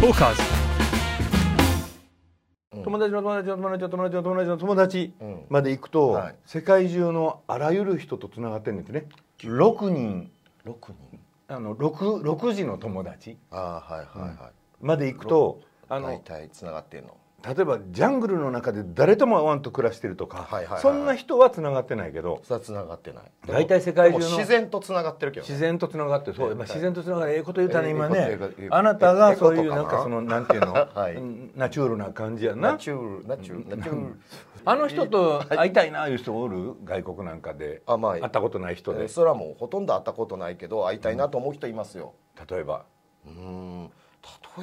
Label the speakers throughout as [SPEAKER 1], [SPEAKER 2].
[SPEAKER 1] トーカーズ
[SPEAKER 2] うん
[SPEAKER 3] 友達の友達の友達の友達の友達の友達
[SPEAKER 2] うん
[SPEAKER 3] まで行くと、
[SPEAKER 2] はい
[SPEAKER 3] 世界中のあらゆる人とつながってるんですね
[SPEAKER 2] 六人六人
[SPEAKER 3] あの 6, 6時の友達
[SPEAKER 2] ああはいはいはい、
[SPEAKER 3] まで行くとあの、
[SPEAKER 2] 大体つながってんの
[SPEAKER 3] 例えばジャングルの中で誰とも会わんと暮らしてるとか、
[SPEAKER 2] はいはいはいはい
[SPEAKER 3] そんな人はつながってないけど
[SPEAKER 2] さつながってない
[SPEAKER 3] 大体世界中の
[SPEAKER 2] でも自然とつながってるけど、ね、
[SPEAKER 3] 自然とつながってそう、まあ、自然とつながるええこと言うたね
[SPEAKER 2] ええ
[SPEAKER 3] 今ね
[SPEAKER 2] ええことええこと
[SPEAKER 3] あなた
[SPEAKER 2] え
[SPEAKER 3] が
[SPEAKER 2] えこと
[SPEAKER 3] そ
[SPEAKER 2] か
[SPEAKER 3] う
[SPEAKER 2] な
[SPEAKER 3] いうなんかそのなんていうの、
[SPEAKER 2] はい
[SPEAKER 3] うんナチュールな感じや
[SPEAKER 2] ナ
[SPEAKER 3] な
[SPEAKER 2] チュールナチュールナチュール
[SPEAKER 3] あの人と会いたいないう人おる外国なんかで
[SPEAKER 2] あまあ
[SPEAKER 3] 会ったことない人
[SPEAKER 2] え
[SPEAKER 3] で
[SPEAKER 2] ーそれはもうほとんど会ったことないけど会いたいなと思う人いますよ
[SPEAKER 3] 例えば
[SPEAKER 2] うーん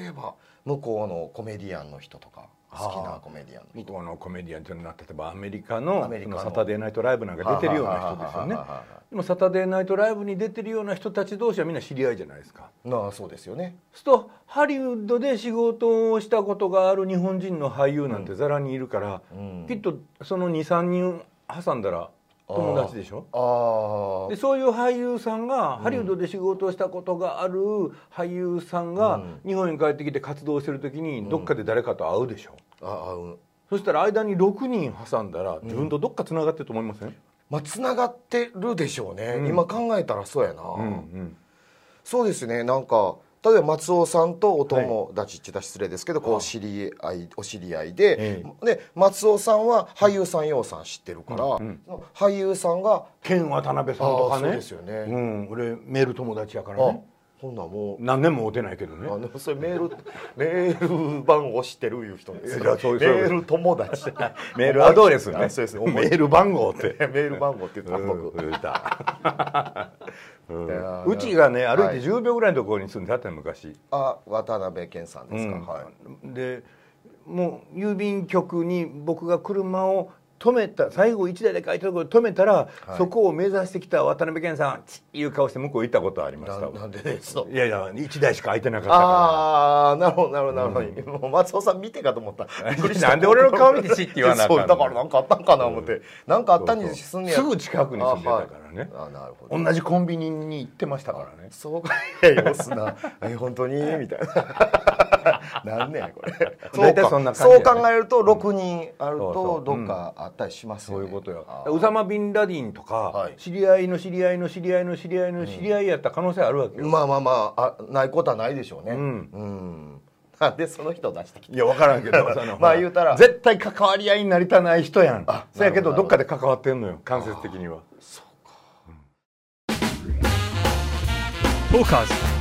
[SPEAKER 2] 例えば向こうのコメディアンの人とか好きなコメディアンの
[SPEAKER 3] 向こうのコメディアンというのは例えばアメリカの
[SPEAKER 2] アメリカの
[SPEAKER 3] そのサタデーナイトライブなん
[SPEAKER 2] 人
[SPEAKER 3] か出てるような人ですよね
[SPEAKER 2] はははははは
[SPEAKER 3] でもサタデーナイトライブに出てるような人たち同士はみんな知り合いじゃないですか
[SPEAKER 2] なあそうですよね
[SPEAKER 3] するとハリウッドで仕事をしたことがある日本人の俳優なんてざらにいるから、
[SPEAKER 2] うん
[SPEAKER 3] きっとその23人挟んだら友達でしょ
[SPEAKER 2] あ
[SPEAKER 3] でそういう俳優さんが、ハリウッドで仕事をしたことがある俳優さんが、
[SPEAKER 2] うん
[SPEAKER 3] 日本に帰ってきて活動してる時にどっかで誰かと会うでしょ、
[SPEAKER 2] ああうん
[SPEAKER 3] そしたら間に6人挟んだら自分とどっかつながってると思いません、
[SPEAKER 2] まあつながってるでしょうね、
[SPEAKER 3] うん
[SPEAKER 2] 今考えたらそうやな、
[SPEAKER 3] うんうん
[SPEAKER 2] そうですねなんか例えば松尾さんとお友達って言ったら失礼ですけど、こう知り合いお知り合いで,、
[SPEAKER 3] え
[SPEAKER 2] で松尾さんは俳優さん洋さん知ってるから、その俳優さんが
[SPEAKER 3] ケン渡辺さんと
[SPEAKER 2] あ
[SPEAKER 3] か
[SPEAKER 2] あそう
[SPEAKER 3] ね
[SPEAKER 2] ですよね、あ
[SPEAKER 3] うん、俺メール友達やからね
[SPEAKER 2] ほんならもう
[SPEAKER 3] 何年も会うてないけどね
[SPEAKER 2] あでも それメールメール番号知ってるいう人です
[SPEAKER 3] いやそういう
[SPEAKER 2] メール友達
[SPEAKER 3] メールアドレスね
[SPEAKER 2] あそうです
[SPEAKER 3] メ
[SPEAKER 2] 思い
[SPEAKER 3] ール番号 って
[SPEAKER 2] メール番号って言ってた僕、
[SPEAKER 3] うん言うた うん
[SPEAKER 2] いやー
[SPEAKER 3] うちがね歩い
[SPEAKER 2] は
[SPEAKER 3] て
[SPEAKER 2] い
[SPEAKER 3] 10秒ぐらいのところに住んでたって昔
[SPEAKER 2] あ渡辺謙さんですか、
[SPEAKER 3] うん
[SPEAKER 2] はい
[SPEAKER 3] でもう郵便局に僕が車を止めた最後1台だけ空いたところで止めたら、
[SPEAKER 2] はい
[SPEAKER 3] そこを目指してきた渡辺謙さんちっいう顔して向こう行ったことありま
[SPEAKER 2] な
[SPEAKER 3] した
[SPEAKER 2] なんでですの
[SPEAKER 3] いやいや1台しか空いてなかったか
[SPEAKER 2] ああーなるほどなるほどなるほど、もう松尾さん見てかと思 ったびっくりした
[SPEAKER 3] なんで俺の顔見てしって言わなあかんの
[SPEAKER 2] そうだからなんかあったんかな思って、なんかあったにすんねや
[SPEAKER 3] そうそうすぐ近くに住んでたからね
[SPEAKER 2] あ,、はい、あなるほど
[SPEAKER 3] ら同じコンビニに行ってましたからね
[SPEAKER 2] そうかいやよすな え本当にみたいな なんねやこれ
[SPEAKER 3] 大体そんな感じやね
[SPEAKER 2] そう考えると6人ある
[SPEAKER 3] そうそ
[SPEAKER 2] と
[SPEAKER 3] う
[SPEAKER 2] どっかあったりします
[SPEAKER 3] そ
[SPEAKER 2] よ
[SPEAKER 3] う
[SPEAKER 2] ね、
[SPEAKER 3] いうことよ
[SPEAKER 2] あ。ー
[SPEAKER 3] ウサマ・ビンラディンとか、
[SPEAKER 2] はい
[SPEAKER 3] 知り合いの知り合いの知り合いの知り合いの知り合いやった可能性あるわけよ。
[SPEAKER 2] まあまあまああないことはないでしょうね
[SPEAKER 3] うん
[SPEAKER 2] うんなんでその人を出してきた
[SPEAKER 3] いや分からんけど
[SPEAKER 2] まあ言うたら
[SPEAKER 3] 絶対関わり合いになりたない人やん
[SPEAKER 2] あ
[SPEAKER 3] そやけ
[SPEAKER 2] なるほ
[SPEAKER 3] ど
[SPEAKER 2] ど
[SPEAKER 3] どっかで関わってんのよ間接的には
[SPEAKER 1] トーカーズ